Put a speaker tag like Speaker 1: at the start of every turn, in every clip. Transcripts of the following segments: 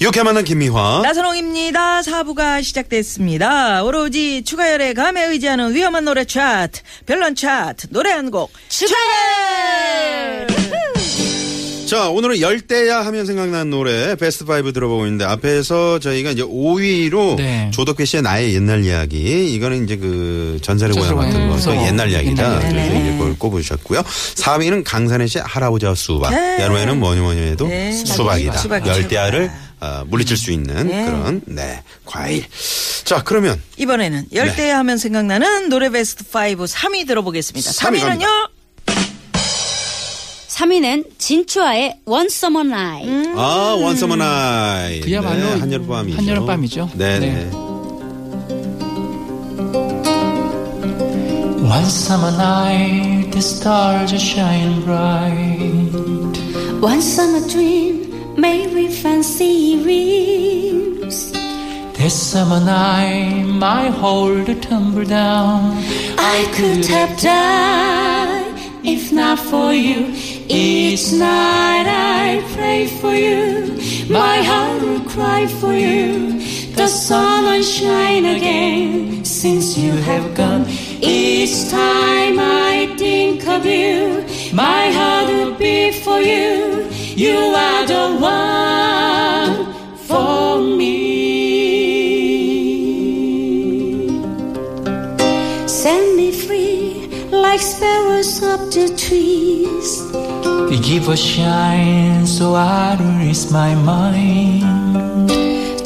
Speaker 1: 이렇게 만난 김미화.
Speaker 2: 나선홍입니다. 사부가 시작됐습니다. 오로지 추가열의 감에 의지하는 위험한 노래 차트, 별난 차트, 노래 한 곡, 추가열!
Speaker 1: 자, 오늘은 열대야 하면 생각나는 노래 베스트 5 들어보는데 앞에서 저희가 이제 5위로
Speaker 3: 네.
Speaker 1: 조덕배 씨의 나의 옛날 이야기. 이거는 이제 그 전설의 고향
Speaker 3: 전설의
Speaker 1: 같은
Speaker 3: 고향.
Speaker 1: 거서
Speaker 3: 음.
Speaker 1: 옛날 이야기다.
Speaker 3: 옛날
Speaker 1: 그래서 이제 그걸 꼽으셨고요. 3위는 강산의 씨의 할아버지와 수박.
Speaker 2: 네.
Speaker 1: 야로에는 뭐니 뭐니 해도
Speaker 2: 네.
Speaker 1: 수박이다.
Speaker 2: 수박이
Speaker 1: 열대야를
Speaker 2: 최고다.
Speaker 1: 어, 물리칠 수 있는
Speaker 2: 네.
Speaker 1: 그런 네, 과일. 자, 그러면
Speaker 2: 이번에는
Speaker 3: 네.
Speaker 2: 열대 하면 생각나는 노래 베스트 5 3위 들어보겠습니다.
Speaker 1: 삼위
Speaker 2: 3위는요?
Speaker 4: 3위는 진추아의 One Summer Night.
Speaker 1: 아, 원서머 나이.
Speaker 3: 그야말로
Speaker 1: 네, 한여름밤이죠.
Speaker 3: 한여름밤이죠.
Speaker 1: 네. 네.
Speaker 3: 네. One summer night, the stars are shining bright.
Speaker 4: One summer dream made with fancy dreams.
Speaker 3: This summer night, my whole tumble down.
Speaker 4: I could have died if not for you. Each night I pray for you. My heart will cry for you. The sun will shine again since you have gone. Each time I think of you, my heart will be for you. You are the one for me. Send me free like sparrows up the trees.
Speaker 3: You give a shine, so I release my mind.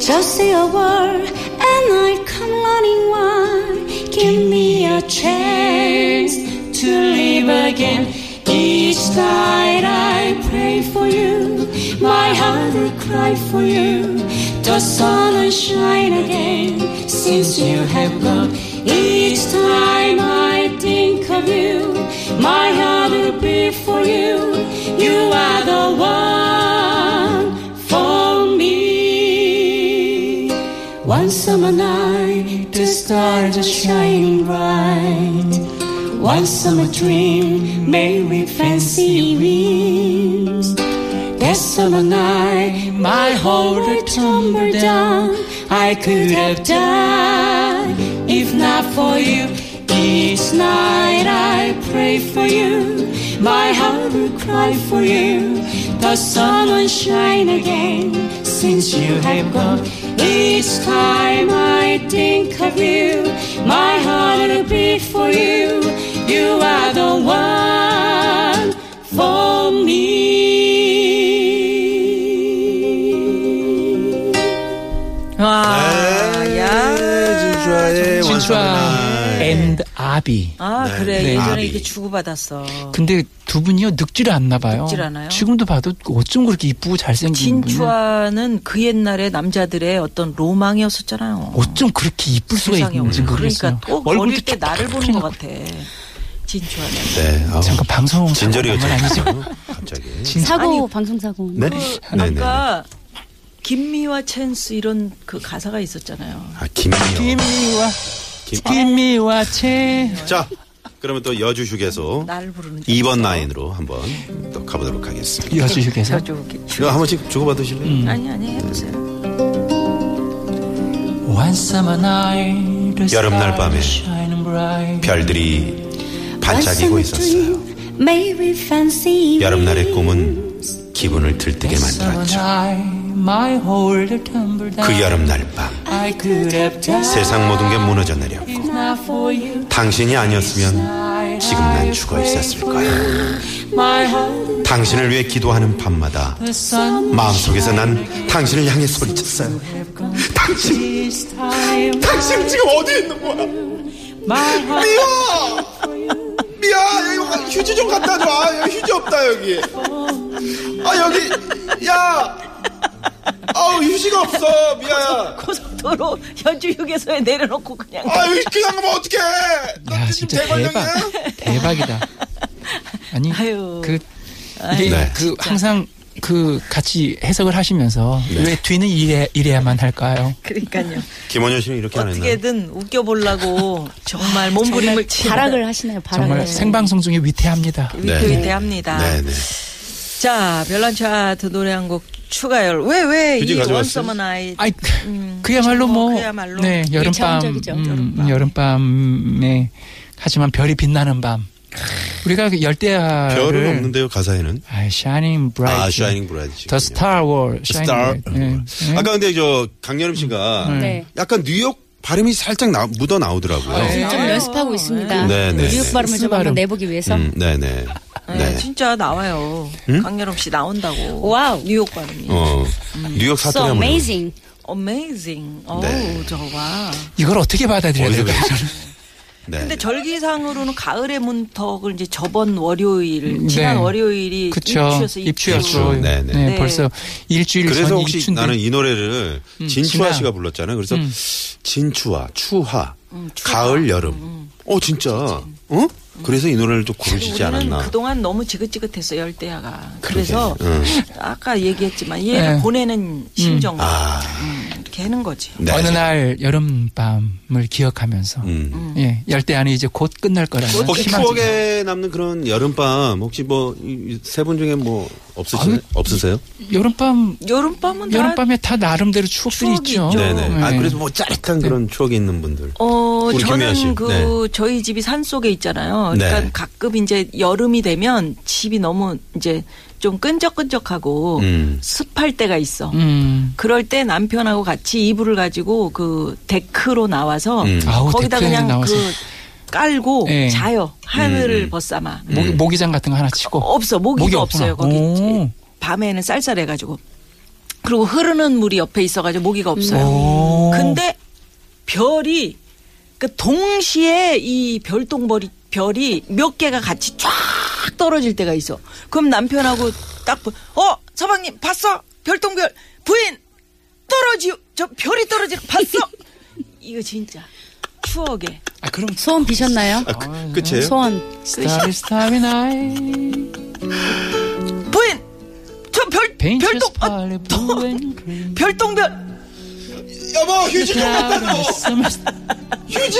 Speaker 4: Just say a word and I come running wide. Give me a chance to live again. Each night I pray for you. My heart will cry for you. The sun will shine again since you have gone. Each time I think of you, my heart will be for you. You are the one for me. One summer night, the stars are shining bright. One summer dream made with fancy wings. That summer night, my whole world tumbled down. I could have died if not for you. Each night I pray for you. My heart will cry for you. The sun will shine again since you have gone. Each time I think of you, my heart will beat for you. You are the one for me.
Speaker 2: 와,
Speaker 3: 네,
Speaker 2: 야.
Speaker 1: 진주아의 네, 원서머
Speaker 3: 진짜,
Speaker 1: 나이.
Speaker 3: and 아비.
Speaker 2: 아, 그래.
Speaker 3: 네. 음,
Speaker 2: 예전에
Speaker 1: 나비.
Speaker 2: 이렇게 주고받았어.
Speaker 3: 근데 두 분이요, 늙지를 않나 봐요.
Speaker 2: 늙질 않아요?
Speaker 3: 지금도 봐도 어쩜 그렇게 이쁘고 잘생긴 분이
Speaker 2: 진추아는 그 옛날에 남자들의 어떤 로망이었었잖아요.
Speaker 3: 어쩜 그렇게 이쁠 수가
Speaker 2: 세상에
Speaker 3: 있는지
Speaker 2: 어쩜.
Speaker 3: 모르겠어요.
Speaker 2: 그러니까 또
Speaker 3: 얼굴도
Speaker 2: 어릴 때
Speaker 3: 쫙
Speaker 2: 나를 보는 것 같아. 진추아는.
Speaker 1: 네. 아우.
Speaker 3: 잠깐 방송
Speaker 1: 진절이었죠.
Speaker 3: 잠깐만 아니죠?
Speaker 1: 갑자기.
Speaker 4: 사고
Speaker 2: 아니,
Speaker 4: 방송 사고.
Speaker 1: 네. 네, 네.
Speaker 2: 그 아까 김미와 챈스 이런 그 가사가 있었잖아요.
Speaker 1: 아, 김미영.
Speaker 3: 김미와
Speaker 1: 김-
Speaker 3: 김미와 채
Speaker 1: 자, 그러면 또 여주 휴게소
Speaker 2: 나를 부르는 줄
Speaker 1: 2번
Speaker 2: 알았어.
Speaker 1: 라인으로 한번 또 가보도록 하겠습니다.
Speaker 3: 여주 휴게소
Speaker 2: 저쪽 이렇게 쭉.
Speaker 1: 이거 한 번씩 주고받으실래요?
Speaker 2: 아니 아니
Speaker 1: 음.
Speaker 2: 해보세요.
Speaker 3: One summer night, the
Speaker 1: 여름날
Speaker 3: stars
Speaker 1: 밤에
Speaker 3: shining bright.
Speaker 1: 별들이 반짝이고 있었어요. 여름날의
Speaker 4: 여름날의
Speaker 1: 꿈은 기분을 들뜨게
Speaker 3: That summer
Speaker 1: 만들었죠.
Speaker 3: night, my whole tumbled down.
Speaker 1: 그 여름날 밤
Speaker 3: I could have died
Speaker 1: 세상 모든 게 무너져 내렸고
Speaker 3: not for you.
Speaker 1: 당신이 아니었으면
Speaker 3: I-
Speaker 1: 지금 난 죽어 있었을 거야.
Speaker 4: My heart
Speaker 1: 당신을 위해 기도하는 밤마다
Speaker 3: The sun
Speaker 1: 마음속에서 난 당신을 향해 소리쳤어요. 당신,
Speaker 3: is time.
Speaker 1: 당신 지금 어디 있는 거야?
Speaker 3: My heart
Speaker 1: 미야! 미야, 여기 휴지 좀 갖다 줘. 여기 휴지 없다, 여기. 아, 여기, 야! 아우, 없어 휴지가 없어 미아야
Speaker 2: 고속도로 연주 휴게소에 내려놓고 그냥
Speaker 1: 아 그냥 가면 어떡해 너
Speaker 3: 야,
Speaker 1: 지금
Speaker 3: 진짜 대박.
Speaker 1: 대관령이야?
Speaker 3: 대박이다. 아니,
Speaker 2: 아유.
Speaker 3: 그,
Speaker 2: 아유,
Speaker 3: 이게
Speaker 1: 네.
Speaker 3: 그 항상 그 같이 해석을 하시면서
Speaker 1: 네.
Speaker 3: 왜 뒤는 이래, 이래야만 할까요?
Speaker 2: 그러니까요.
Speaker 1: 김원현 씨는 이렇게 안 했나요? 아,
Speaker 2: 어떻게든 웃겨보려고 정말 몸부림을 치는
Speaker 5: 발악을 하시네요. 발악을.
Speaker 3: 정말 생방송 중에 위태합니다.
Speaker 2: 위태위태합니다.
Speaker 1: 네. 네네
Speaker 2: 자, 별난 차트 노래 한 곡 추가열. 왜, 왜,
Speaker 1: 휴지
Speaker 2: 이
Speaker 1: 가져왔어요?
Speaker 2: 원서머 나이.
Speaker 3: 아이, 그-
Speaker 2: 음,
Speaker 3: 그야말로
Speaker 2: 뭐,
Speaker 3: 뭐,
Speaker 2: 그야말로
Speaker 3: 네, 여름밤,
Speaker 5: 일차원적이죠.
Speaker 3: 여름밤. 에 하지만 별이 빛나는 밤. 우리가 그
Speaker 5: 아,
Speaker 3: 열대야를
Speaker 1: 별은 없는데요 가사에는
Speaker 3: 아, shining bright.
Speaker 1: 아 샤이닝 브라이트
Speaker 3: The Star War,
Speaker 5: 아,
Speaker 1: 스타
Speaker 3: shining bright. 예, 예.
Speaker 1: 아까 근데 저 강여름 씨가
Speaker 5: 네.
Speaker 1: 약간 뉴욕 발음이 살짝 나- 묻어
Speaker 2: 아,
Speaker 1: 나오더라고요
Speaker 5: 지금 좀 연습하고 있습니다.
Speaker 1: 네, 네,
Speaker 5: 뉴욕
Speaker 1: 네.
Speaker 5: 발음을 좀
Speaker 3: 발음.
Speaker 5: 한번 내보기 위해서.
Speaker 1: 음, 네네
Speaker 2: 네,
Speaker 1: 네.
Speaker 2: 진짜 나와요. 강여름 씨 나온다고.
Speaker 5: 와우.
Speaker 2: 뉴욕 발음이.
Speaker 1: 어 뉴욕
Speaker 5: So
Speaker 1: 사투리 한번 해보세요.
Speaker 5: amazing.
Speaker 2: Amazing. 어우,
Speaker 1: 네.
Speaker 2: 저거 봐.
Speaker 3: 이걸 어떻게 받아들여야
Speaker 1: 어디서
Speaker 3: 될까요?
Speaker 1: 배우셨어요? 네.
Speaker 2: 근데 절기상으로는 가을의 문턱을 이제 저번 월요일, 지난
Speaker 3: 네.
Speaker 2: 월요일이
Speaker 3: 그쵸.
Speaker 2: 입추였어, 입추.
Speaker 3: 입추였죠.
Speaker 1: 입추. 네, 네.
Speaker 3: 네,
Speaker 2: 네.
Speaker 3: 벌써 일주일
Speaker 1: 그래서
Speaker 3: 전
Speaker 1: 혹시
Speaker 3: 입추인데.
Speaker 1: 나는 이 노래를 진추아
Speaker 3: 진아.
Speaker 1: 씨가 불렀잖아요. 그래서 진추아, 추하, 가을, 여름. 어 진짜. 어? 그래서 이 노래를 또 고르시지
Speaker 2: 우리는
Speaker 1: 않았나.
Speaker 2: 그동안 너무 지긋지긋했어 열대야가. 그래서
Speaker 1: 응.
Speaker 2: 아까 얘기했지만 얘를
Speaker 3: 네.
Speaker 2: 보내는 심정 로
Speaker 1: 아.
Speaker 2: 이렇게 하는 거지.
Speaker 1: 네.
Speaker 3: 어느 날 여름밤을 기억하면서
Speaker 1: 음.
Speaker 3: 예, 열대 안이 이제 곧 끝날 거라는
Speaker 1: 혹시
Speaker 3: 희망.
Speaker 1: 추억에 남는 그런 여름밤 혹시 뭐 세 분 중에 뭐 없으세요?
Speaker 3: 아니,
Speaker 1: 없으세요?
Speaker 3: 여름밤
Speaker 2: 여름밤은 다
Speaker 3: 여름밤에 다 나름대로 추억들이
Speaker 2: 추억이
Speaker 3: 있죠.
Speaker 2: 있죠.
Speaker 1: 네네. 아
Speaker 3: 예.
Speaker 1: 그래서 뭐 짜릿한 그런 추억이 있는 분들.
Speaker 2: 어,
Speaker 1: 우리 김혜아 씨.
Speaker 2: 저는 그
Speaker 1: 네.
Speaker 2: 저희 집이 산 속에 있잖아요. 그러니까
Speaker 1: 네.
Speaker 2: 가끔 이제 여름이 되면 집이 너무 이제 좀 끈적끈적하고
Speaker 1: 음.
Speaker 2: 습할 때가 있어.
Speaker 3: 음.
Speaker 2: 그럴 때 남편하고 같이 이불을 가지고 그 데크로 나와서
Speaker 1: 음.
Speaker 3: 아우,
Speaker 2: 거기다
Speaker 3: 데크에
Speaker 2: 그냥
Speaker 3: 나와서.
Speaker 2: 그 깔고
Speaker 3: 예.
Speaker 2: 자요. 하늘을 벗삼아.
Speaker 1: 네.
Speaker 3: 모기, 모기장 같은 거 하나 치고.
Speaker 2: 없어. 모기가
Speaker 3: 모기 없구나.
Speaker 2: 없어요. 거기
Speaker 3: 오.
Speaker 2: 밤에는 쌀쌀해가지고. 그리고 흐르는 물이 옆에 있어가지고 모기가 없어요.
Speaker 3: 오.
Speaker 2: 근데 별이 그 동시에 이 별똥별이 별이 몇 개가 같이 쫙 떨어질 때가 있어. 그럼 남편하고 딱 보, 어 서방님 봤어 별똥별 부인 떨어지 저 별이 떨어지 봤어. 이거 진짜 추억에
Speaker 3: 아 그럼
Speaker 5: 소원 비셨나요?
Speaker 1: 아, 그, 끝이에요?
Speaker 4: 네.
Speaker 5: 소원.
Speaker 1: 네.
Speaker 3: Starry Starry Night.
Speaker 2: 부인 저 별 별똥
Speaker 3: Painters
Speaker 2: 어,
Speaker 3: pale blue and green.
Speaker 2: 별똥별
Speaker 1: 여보 휴지 좀 갖다
Speaker 3: Down in
Speaker 1: 줘.
Speaker 3: the summer
Speaker 1: 휴지.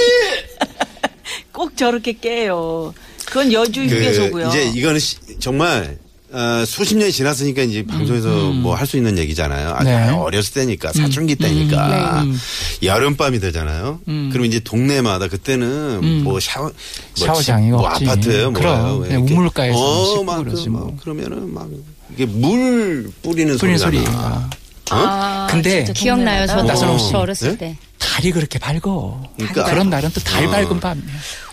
Speaker 2: 꼭 저렇게 깨요. 그건 여주 휴게소고요.
Speaker 1: 이제 이거는 시- 정말 어, 수십 년이 지났으니까 이제 방송에서 뭐 할 수 있는 얘기잖아요. 아주
Speaker 3: 음, 네. 음,
Speaker 1: 어렸을 때니까 사춘기 때니까 여름밤이 되잖아요. 그럼 이제 동네마다 그때는 뭐 샤워 뭐
Speaker 3: 음. 샤워장이
Speaker 1: 집, 뭐
Speaker 3: 없지.
Speaker 1: 아파트예요,
Speaker 3: 그럼.
Speaker 1: 뭐요.
Speaker 3: 네, 우물가에서 씻고
Speaker 1: 어막
Speaker 3: 그러지 뭐.
Speaker 1: 그러면은 막 이게 물 뿌리는 어? 소리가
Speaker 3: 뿌리는 소리.
Speaker 1: 나.
Speaker 5: 아,
Speaker 3: 근데
Speaker 5: 진짜
Speaker 3: 음.
Speaker 5: 기억나요? 저
Speaker 1: 나선홍 씨.
Speaker 5: 저 어렸을
Speaker 1: 네?
Speaker 5: 때.
Speaker 3: 달이 그렇게 밝어.
Speaker 1: 그러니까.
Speaker 3: 그런 날은 또 달
Speaker 1: 어.
Speaker 3: 밝은 밤이야.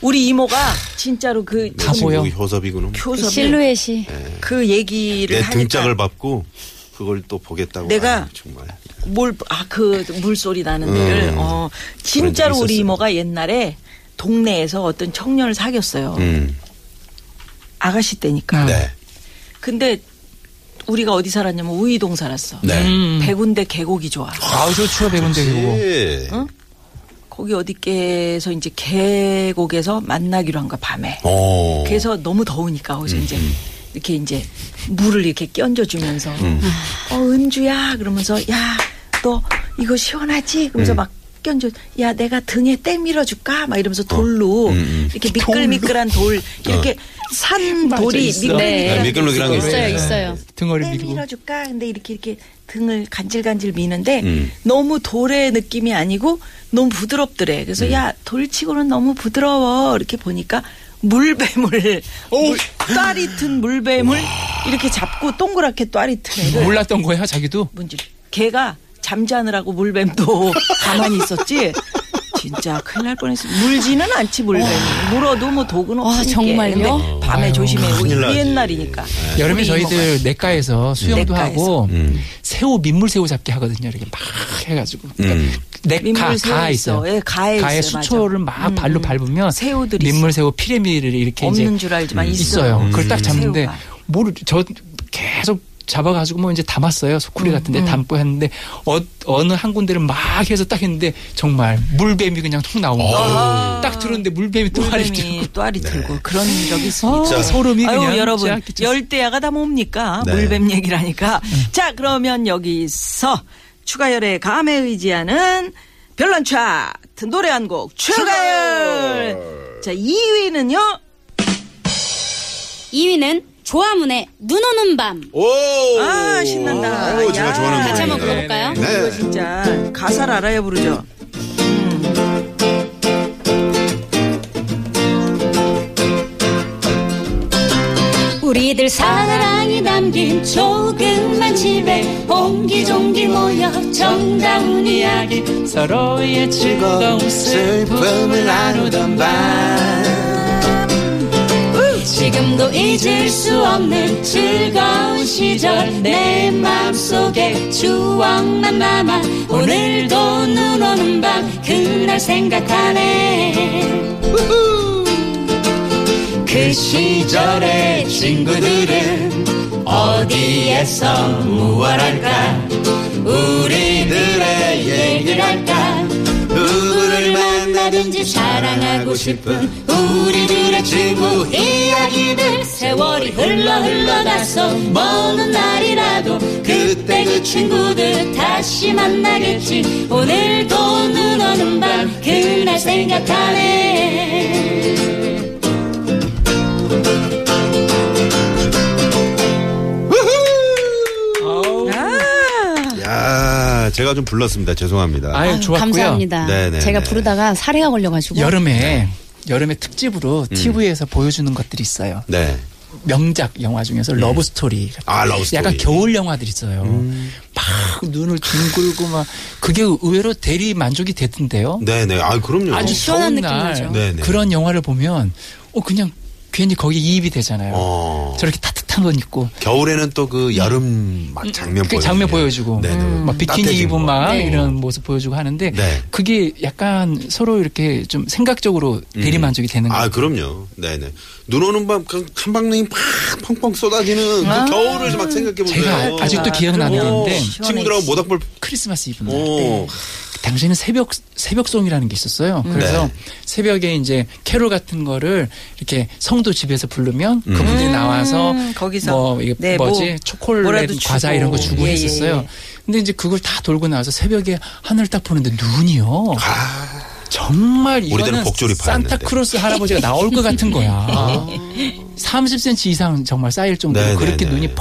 Speaker 2: 우리 이모가 진짜로 그
Speaker 3: 다
Speaker 1: 지금
Speaker 3: 보여.
Speaker 1: 그 효섭이구나.
Speaker 5: 그
Speaker 2: 교섭이
Speaker 5: 실루엣이
Speaker 3: 네.
Speaker 2: 그 얘기를
Speaker 1: 내
Speaker 2: 하니까
Speaker 1: 네, 등짝을 밟고 그걸 또 보겠다고.
Speaker 2: 내가
Speaker 1: 아유, 정말.
Speaker 2: 뭘 아 그 물소리 나는
Speaker 1: 음.
Speaker 2: 데를 어 진짜로
Speaker 1: 그런 적이
Speaker 2: 우리
Speaker 1: 있었어요.
Speaker 2: 이모가 옛날에 동네에서 어떤 청년을 사귀었어요.
Speaker 1: 음.
Speaker 2: 아가씨 때니까.
Speaker 1: 네.
Speaker 2: 근데 우리가 어디 살았냐면 우이동 살았어.
Speaker 3: 음.
Speaker 2: 음.
Speaker 1: 네.
Speaker 2: 백운대 계곡이 좋아.
Speaker 3: 아우 좋죠 백운대 그거.
Speaker 1: 예.
Speaker 2: 어? 거기 어디께서 이제 계곡에서 만나기로 한 거야 밤에.
Speaker 1: 어.
Speaker 2: 그래서 너무 더우니까 거기서 이제 이렇게 이제 물을 이렇게 끼얹어주면서 어 은주야 그러면서 야 너 이거 시원하지? 그러면서 막 끼얹어 야 내가 등에 때 밀어줄까? 막 이러면서 돌로 어. 이렇게 미끌미끌한 돌 이렇게 산 돌이
Speaker 3: 있어.
Speaker 2: 미끌미끌한
Speaker 5: 네.
Speaker 1: 미끌미끌한 게
Speaker 5: 있어요, 있어요.
Speaker 3: 등어리
Speaker 2: 때
Speaker 5: 아,
Speaker 3: 밀고.
Speaker 2: 네, 밀어줄까? 근데 이렇게 이렇게 등을 간질간질 미는데
Speaker 1: 음.
Speaker 2: 너무 돌의 느낌이 아니고 너무 부드럽더래.
Speaker 1: 음.
Speaker 2: 그래서 야 돌치고는 너무 부드러워 이렇게 보니까 물배물, 물, ጧ리 튼 물배물 이렇게 잡고 동그랗게 ጧ리 튼 애를
Speaker 3: 몰랐던 거야 자기도.
Speaker 2: 문질. 걔가 잠자느라고 물뱀도 가만히 있었지. 진짜 큰일 날 뻔했어. 물지는 않지 물뱀이. 물어도 뭐 독은
Speaker 5: 와,
Speaker 2: 없으니까.
Speaker 5: 정말요?
Speaker 2: 근데 밤에
Speaker 3: 아유,
Speaker 2: 조심해.
Speaker 1: 어. 큰일 나지. 예.
Speaker 2: 옛날이니까.
Speaker 3: 여름에
Speaker 2: 우리
Speaker 3: 저희들 냇가에서
Speaker 2: 음.
Speaker 3: 수영도
Speaker 2: 냇가에서.
Speaker 3: 하고
Speaker 1: 음.
Speaker 3: 새우 민물 새우 잡기 하거든요. 이렇게 막 해가지고 그러니까
Speaker 1: 음.
Speaker 3: 냇가
Speaker 2: 민물 새우
Speaker 3: 가
Speaker 2: 있어.
Speaker 3: 있어요.
Speaker 2: 예, 가에 있어요.
Speaker 3: 수초를 막 발로 밟으면
Speaker 2: 음. 새우들이
Speaker 3: 민물 새우 피레미를 이렇게
Speaker 2: 없는
Speaker 3: 이제 음,
Speaker 2: 줄 알지만 있어요. 음.
Speaker 3: 있어요. 그걸 딱 잡는데
Speaker 2: 새우가.
Speaker 3: 모르 저 계속 잡아가지고 뭐 이제 담았어요. 소쿠리
Speaker 2: 음,
Speaker 3: 같은데 담고 했는데 어, 어느 한 군데를 막 해서 딱 했는데 정말 물뱀이 그냥 툭 나온 거예요. 딱 들었는데 물뱀이 또 알이 들고
Speaker 2: 물뱀이 또아리 들고 그런 적이 있습니다.
Speaker 3: 아, 소름이
Speaker 2: 아유
Speaker 3: 그냥
Speaker 2: 여러분
Speaker 3: 쫙 끼쳤어요.
Speaker 2: 열대야가 다 뭡니까
Speaker 1: 네.
Speaker 2: 물뱀 얘기라니까 자 그러면 여기서 추가열의 감에 의지하는 별난 차트 노래 한 곡 추가열 자 2위는요
Speaker 5: 2위는 조화문의 눈 오는 밤.
Speaker 1: 오!
Speaker 2: 아, 신난다.
Speaker 1: 오,
Speaker 2: 야.
Speaker 1: 제가 좋아하는
Speaker 5: 같이 한번
Speaker 1: 노래입니다.
Speaker 5: 불러볼까요?
Speaker 2: 이거
Speaker 1: 네.
Speaker 2: 진짜 가사를 알아야 부르죠
Speaker 3: 네.
Speaker 5: 우리들
Speaker 4: 사랑이 담긴 조그만 집에 옹기종기 모여 정다운 이야기
Speaker 3: 서로의 즐거움
Speaker 1: 슬픔을 나누던 밤.
Speaker 5: 지금도
Speaker 4: 잊을 수 없는 즐거운 시절 내 마음속에 추억만 남아 오늘도 눈 오는 밤 그날 생각하네 그 시절의 친구들은 어디에서 무얼 할까 우리들의 얘기를 할까
Speaker 1: 누구를
Speaker 4: 누구를
Speaker 1: 만나든지
Speaker 4: 만나든지 사랑하고 싶은 우리들의 친구 이야기들 세월이 흘러 흘러가서 먼 날이라도 그때 그 친구들 다시 만나겠지 오늘도 눈 오는 밤 그날 생각하네
Speaker 1: 야, 제가 좀 불렀습니다. 죄송합니다.
Speaker 3: 아유 좋았고요.
Speaker 5: 감사합니다.
Speaker 1: 네네,
Speaker 5: 제가
Speaker 1: 네.
Speaker 5: 부르다가 사례가 걸려가지고
Speaker 3: 여름에 여름에 특집으로 TV에서 보여주는 것들이 있어요.
Speaker 1: 네.
Speaker 3: 명작 영화 중에서 러브 스토리. 같은
Speaker 1: 아, 러브
Speaker 3: 약간
Speaker 1: 스토리.
Speaker 3: 겨울 영화들 있어요. 막 눈을 둥글고 막 그게 의외로 대리 만족이 됐던데요.
Speaker 1: 네, 네. 아, 그럼요.
Speaker 3: 아주
Speaker 5: 시원한
Speaker 3: 더운
Speaker 5: 느낌
Speaker 3: 날
Speaker 5: 나죠.
Speaker 1: 네네.
Speaker 3: 그런 영화를 보면 어 그냥 괜히 거기 이입이 되잖아요.
Speaker 1: 어.
Speaker 3: 저렇게 따뜻한 옷 입고
Speaker 1: 겨울에는 또 그 여름 막 장면
Speaker 3: 그
Speaker 1: 보여.
Speaker 3: 장면 보여주고 음,
Speaker 1: 네, 네.
Speaker 3: 막 비키니
Speaker 1: 따뜻해진
Speaker 3: 입은
Speaker 1: 거.
Speaker 3: 막
Speaker 5: 음, 네.
Speaker 3: 이런 모습 보여주고 하는데
Speaker 1: 네.
Speaker 3: 그게 약간 서로 이렇게 좀 생각적으로 대리 만족이 되는 거예요.
Speaker 1: 아, 그럼요. 네네. 눈 오는 밤, 그냥 한방능이 막 펑펑 쏟아지는 그 겨울을 막 생각해보세요.
Speaker 3: 제가 아직도 기억나는 게
Speaker 1: 오,
Speaker 3: 있는데
Speaker 1: 친구들하고 모닥불.
Speaker 3: 크리스마스 이브 날
Speaker 5: 네.
Speaker 1: 오.
Speaker 3: 당시에는 새벽 새벽송이라는 게 있었어요. 그래서
Speaker 1: 네.
Speaker 3: 새벽에 이제 캐롤 같은 거를 이렇게 성도 집에서 부르면 그분들이 나와서
Speaker 2: 거기서
Speaker 3: 뭐 이게
Speaker 2: 네,
Speaker 3: 뭐지
Speaker 2: 뭐
Speaker 3: 초콜릿
Speaker 2: 뭐라도 주고.
Speaker 3: 과자 이런 거 주고
Speaker 2: 예, 예,
Speaker 3: 했었어요.
Speaker 2: 예.
Speaker 3: 근데 이제 그걸 다 돌고 나와서 새벽에 하늘 딱 보는데 눈이요. 정말
Speaker 1: 우리들은
Speaker 3: 이거는
Speaker 1: 복조리 봤는데.
Speaker 3: 산타크로스 할아버지가 나올 것 같은 거야. 30cm 이상 정말 쌓일 정도로
Speaker 1: 네, 네,
Speaker 3: 그렇게
Speaker 1: 네.
Speaker 3: 눈이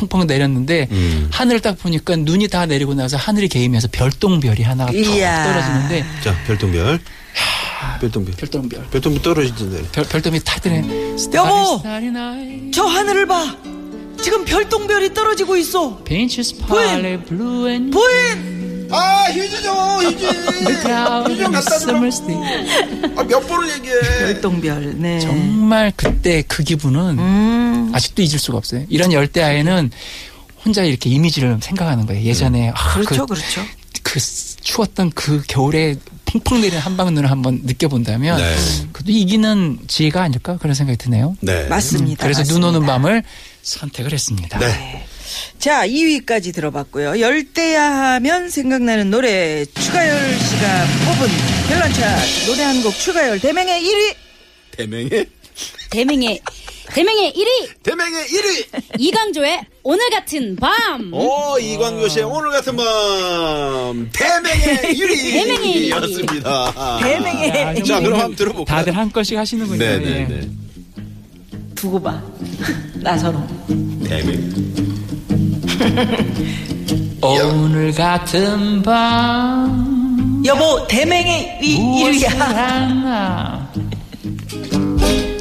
Speaker 3: 펑펑 내렸는데
Speaker 1: 음.
Speaker 3: 하늘 딱 보니까 눈이 다 내리고 나서 하늘이 개이면서 별똥별이 하나가 툭
Speaker 2: 이야.
Speaker 3: 떨어지는데
Speaker 1: 자, 별똥별. 별똥별.
Speaker 3: 별똥별
Speaker 1: 별똥별 떨어지던데.
Speaker 3: 별, 별똥이 타드네.
Speaker 2: 여보! 저 하늘을 봐 지금 별똥별이 떨어지고 있어
Speaker 3: Pinches pale blue and
Speaker 2: 보인
Speaker 6: 아 휴지 줘 휴지
Speaker 3: cloud
Speaker 6: 휴지 좀 갖다 줘
Speaker 3: summer's day.
Speaker 6: 아, 몇 번을 얘기해
Speaker 2: 별똥별 네
Speaker 3: 정말 그때 그 기분은
Speaker 2: 음.
Speaker 3: 아직도 잊을 수가 없어요. 이런 열대야에는 혼자 이렇게 이미지를 생각하는 거예요. 예전에 아,
Speaker 2: 그렇죠
Speaker 3: 그,
Speaker 2: 그렇죠
Speaker 3: 그 추웠던 그 겨울에 펑펑 내리는 한방 눈을 한번 느껴본다면
Speaker 1: 네.
Speaker 3: 그래도 이기는 지혜가 아닐까 그런 생각이 드네요.
Speaker 1: 네.
Speaker 2: 음, 맞습니다
Speaker 3: 그래서
Speaker 2: 맞습니다.
Speaker 3: 눈 오는 밤을 선택을 했습니다.
Speaker 1: 네.
Speaker 2: 자, 2위까지 들어봤고요. 열대야 하면 생각나는 노래 추가열 씨가 뽑은 별난 차트 노래 한 곡 추가열 대맹의 1위.
Speaker 1: 대명의,
Speaker 5: 대명의 대명의 1위
Speaker 1: 대명의 1위!
Speaker 5: 이강조의 오늘 같은
Speaker 2: 음.
Speaker 5: 밤.
Speaker 1: 오, 이광교 씨의 오늘 같은 밤. 대명의 1위!
Speaker 5: 대명의 1위.
Speaker 1: 였습니다.
Speaker 2: 대맹의
Speaker 1: 아, 자, 그럼 한번 들어볼까요?
Speaker 3: 예. 다들 한 건씩 하시는군요. 예.
Speaker 1: 네네네.
Speaker 2: 두고 봐. 나선호.
Speaker 1: 대명.
Speaker 3: 오늘 같은 밤
Speaker 2: 여보, 대맹의 위,
Speaker 3: 무엇을
Speaker 2: 1위야.
Speaker 3: 하나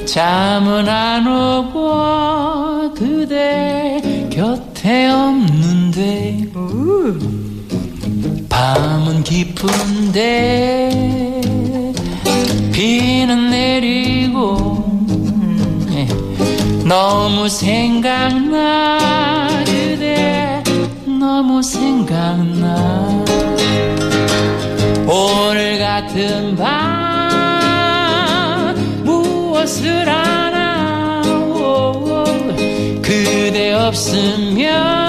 Speaker 3: 잠은 안 오고 그대 곁에 없는데 밤은 깊은데 비는 내리고 예. 너무 생각나 그대 너무 생각나 오늘 같은 밤 무엇을 하나 오, 오, 그대 없으면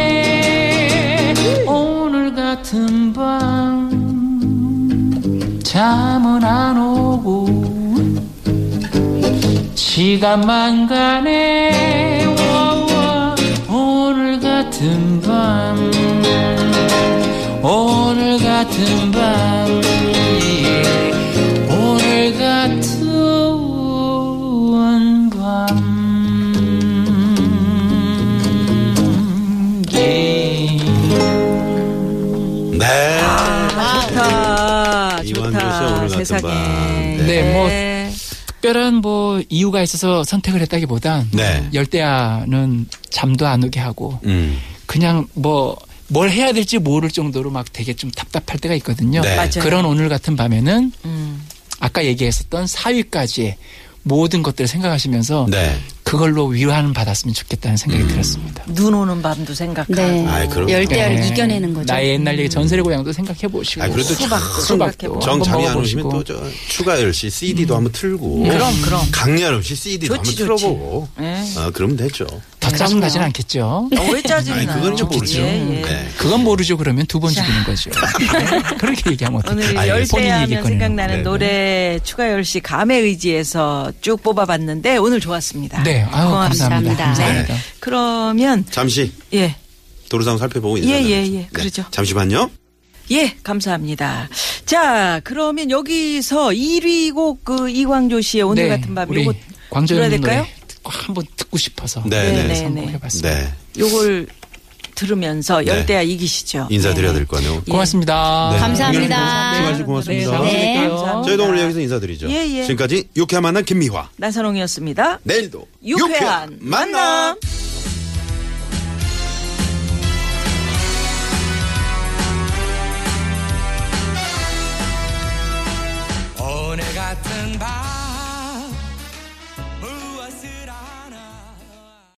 Speaker 7: 당신의 오늘 같은 밤 잠은 안 오고 시간만 가네 와와 오늘 같은 밤 오늘 같은 밤 예. 오늘 같은 밤 예.
Speaker 1: 네.
Speaker 2: 좋다.
Speaker 1: 이완 씨의 오늘
Speaker 2: 좋다.
Speaker 1: 같은
Speaker 2: 세상에.
Speaker 1: 밤.
Speaker 3: 네, 뭐 특별한 뭐 이유가 있어서 선택을 했다기보단
Speaker 1: 네.
Speaker 3: 열대야는 잠도 안 오게 하고
Speaker 1: 음.
Speaker 3: 그냥 뭐 뭘 해야 될지 모를 정도로 막 되게 좀 답답할 때가 있거든요.
Speaker 1: 네. 맞아요.
Speaker 3: 그런 오늘 같은 밤에는
Speaker 2: 음.
Speaker 3: 아까 얘기했었던 사위까지의 모든 것들을 생각하시면서
Speaker 1: 네. 음.
Speaker 3: 그걸로 위로하는 받았으면 좋겠다는 생각이 들었습니다.
Speaker 2: 눈 오는 밤도 생각하고. 어,
Speaker 5: 네.
Speaker 1: 아이, 그럼요.
Speaker 5: 열대야를
Speaker 3: 네.
Speaker 5: 이겨내는 거죠.
Speaker 3: 나의 옛날 얘기 전설의 고향도 생각해 보시고
Speaker 1: 아, 그래도
Speaker 2: 음. 수박도
Speaker 3: 수박도
Speaker 2: 생각해보고.
Speaker 3: 한번
Speaker 1: 정장이 안 오시면
Speaker 3: 먹어보시고.
Speaker 1: 또 저 추가열 씨 CD도 한번 틀고.
Speaker 2: 음. 그럼, 그럼.
Speaker 1: 강렬음 씨 CD도
Speaker 2: 좋지,
Speaker 1: 한번
Speaker 2: 좋지.
Speaker 1: 틀어보고.
Speaker 2: 네.
Speaker 1: 아, 그러면 되죠.
Speaker 3: 더 짜증 나진 않겠죠.
Speaker 2: 아, 왜
Speaker 1: 아니,
Speaker 2: 짜증나?
Speaker 1: 그건 좀 모르죠.
Speaker 2: 예, 예.
Speaker 1: 네.
Speaker 3: 그건 모르죠. 그러면 두 번 죽이는 거죠. 네. 그렇게 얘기하면 어떡해.
Speaker 2: 오늘
Speaker 1: 알겠습니다.
Speaker 3: 본인이
Speaker 2: 열대하면
Speaker 3: 얘기했거든요.
Speaker 2: 생각나는
Speaker 1: 네.
Speaker 2: 노래 추가열 씨 감에 의지해서 쭉 뽑아봤는데 오늘 좋았습니다.
Speaker 3: 네, 아유, 감사합니다.
Speaker 5: 감사합니다.
Speaker 3: 감사합니다.
Speaker 2: 네.
Speaker 1: 네.
Speaker 2: 그러면
Speaker 1: 잠시
Speaker 2: 예.
Speaker 1: 도로상 살펴보고
Speaker 2: 예, 예,
Speaker 1: 인사드리겠습니다.
Speaker 2: 예. 그러죠.
Speaker 1: 잠시만요.
Speaker 2: 예, 감사합니다. 자, 그러면 여기서 1위 곡 그 이광조 씨의 오늘
Speaker 3: 네,
Speaker 2: 같은 밤
Speaker 3: 우리
Speaker 2: 요거
Speaker 3: 광주
Speaker 2: 들어야
Speaker 3: 연인
Speaker 2: 될까요?
Speaker 3: 노래 듣고 한번 듣고 싶어서
Speaker 1: 네, 네.
Speaker 3: 선곡해봤습니다.
Speaker 1: 네.
Speaker 2: 요걸 들으면서
Speaker 1: 네.
Speaker 2: 열대야 이기시죠.
Speaker 1: 인사드려야 될 거 아니에요.
Speaker 3: 고맙습니다.
Speaker 1: 네.
Speaker 5: 감사합니다.
Speaker 1: 수고하셔서 고맙습니다.
Speaker 5: 네.
Speaker 2: 감사합니다.
Speaker 1: 저희도 오늘 여기서 인사드리죠.
Speaker 2: 예, 예.
Speaker 1: 지금까지 유쾌한 만남 김미화.
Speaker 2: 나선홍이었습니다.
Speaker 1: 내일도
Speaker 2: 유쾌한 만남.
Speaker 7: 오늘 같은 밤